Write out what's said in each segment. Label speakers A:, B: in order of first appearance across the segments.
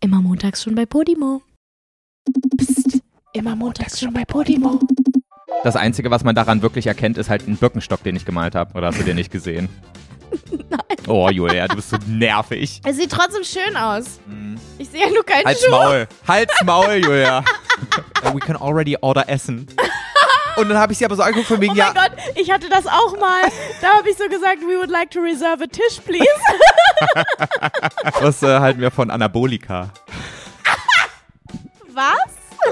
A: Immer montags schon bei Podimo. Psst. Immer montags schon bei Podimo.
B: Das Einzige, was man daran wirklich erkennt, ist halt ein Birkenstock, den ich gemalt habe. Oder hast du den nicht gesehen? Nein. Oh, Julia, du bist so nervig.
A: Es sieht trotzdem schön aus. Ich sehe ja nur keinen
B: Mhm. Halt's
A: Schuh.
B: Maul. Halt's Maul, Julia. We can already order Essen. Und dann habe ich sie aber so angeguckt von wegen,
A: Oh mein
B: ja,
A: Gott, ich hatte das auch mal. Da habe ich so gesagt, we would like to reserve a Tisch, please.
B: was äh, halten wir von Anabolika?
A: Was?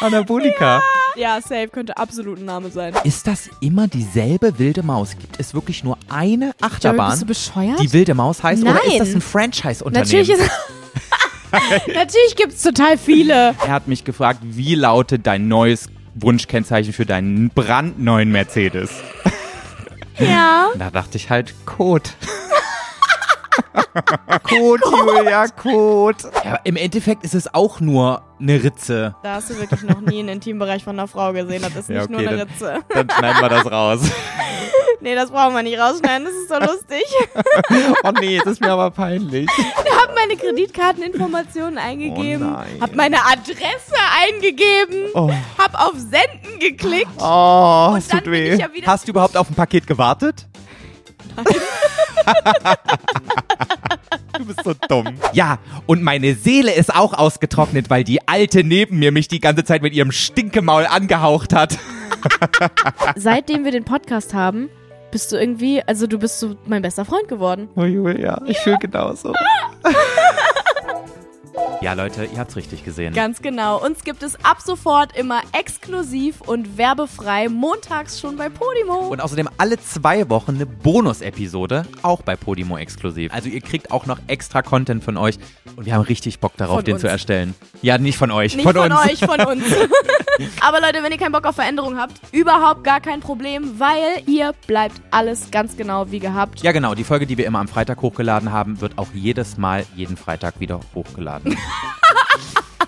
B: Anabolika.
A: Ja, safe könnte absolut ein Name sein.
B: Ist das immer dieselbe wilde Maus? Gibt es wirklich nur eine Achterbahn,
A: bist du bescheuert?
B: die wilde Maus heißt? Oder
A: Nein.
B: ist das ein Franchise-Unternehmen?
A: Natürlich ist Natürlich gibt es total viele.
B: er hat mich gefragt, wie lautet dein neues Wunschkennzeichen für deinen brandneuen Mercedes?
A: Ja.
B: Da dachte ich halt, Kot. Kot, Julia, Kot. Ja, im Endeffekt ist es auch nur eine Ritze.
A: Da hast du wirklich noch nie einen Intimbereich von einer Frau gesehen. Das ist nicht
B: Ja,
A: nur
B: okay,
A: eine
B: dann-
A: Ritze.
B: Dann schneiden wir das raus.
A: Nee, das brauchen wir nicht rausschneiden. Das ist so lustig.
B: Oh nee, das ist mir aber peinlich.
A: Hab meine Kreditkarteninformationen eingegeben.
B: Oh nein.
A: Hab meine Adresse eingegeben.
B: Oh.
A: Hab auf Senden geklickt.
B: Oh, es
A: dann bin ich ja wieder-
B: Hast du überhaupt auf ein Paket gewartet? Du bist so dumm. Ja, und meine Seele ist auch ausgetrocknet, weil die Alte neben mir mich die ganze Zeit mit ihrem Stinkemaul angehaucht hat.
A: Seitdem wir den Podcast haben, bist du irgendwie, also du bist so mein bester Freund geworden.
B: Oh Julia, ich fühle genauso. Ja, Leute, ihr habt's richtig gesehen.
A: Ganz genau. Uns gibt es ab sofort immer exklusiv und werbefrei montags schon bei Podimo.
B: Und außerdem alle zwei Wochen eine Bonus-Episode, auch bei Podimo exklusiv. Also ihr kriegt auch noch extra Content von euch und wir haben richtig Bock darauf,
A: Von
B: den
A: uns.
B: zu erstellen. Ja, nicht von euch,
A: Nicht von,
B: uns.
A: euch, von uns. Aber Leute, wenn ihr keinen Bock auf Veränderung habt, überhaupt gar kein Problem, weil ihr bleibt alles ganz genau wie gehabt.
B: Ja, genau, die Folge, die wir immer am Freitag hochgeladen haben, wird auch jedes Mal jeden Freitag wieder hochgeladen.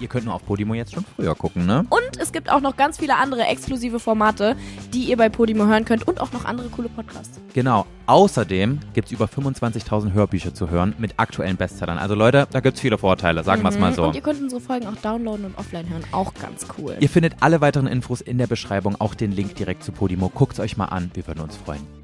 B: ihr könnt nur auf Podimo jetzt schon früher gucken, ne?
A: Und es gibt auch noch ganz viele andere exklusive Formate, die ihr bei Podimo hören könnt und auch noch andere coole Podcasts.
B: Genau. Außerdem gibt's über 25.000 Hörbücher zu hören mit aktuellen Bestsellern. Also Leute, da gibt's viele Vorteile, sagen wir's mal so.
A: Mhm. Und ihr könnt unsere Folgen auch downloaden und offline hören. Auch ganz cool.
B: Ihr findet alle weiteren Infos in der Beschreibung, auch den Link direkt zu Podimo. Guckt's euch mal an, wir würden uns freuen.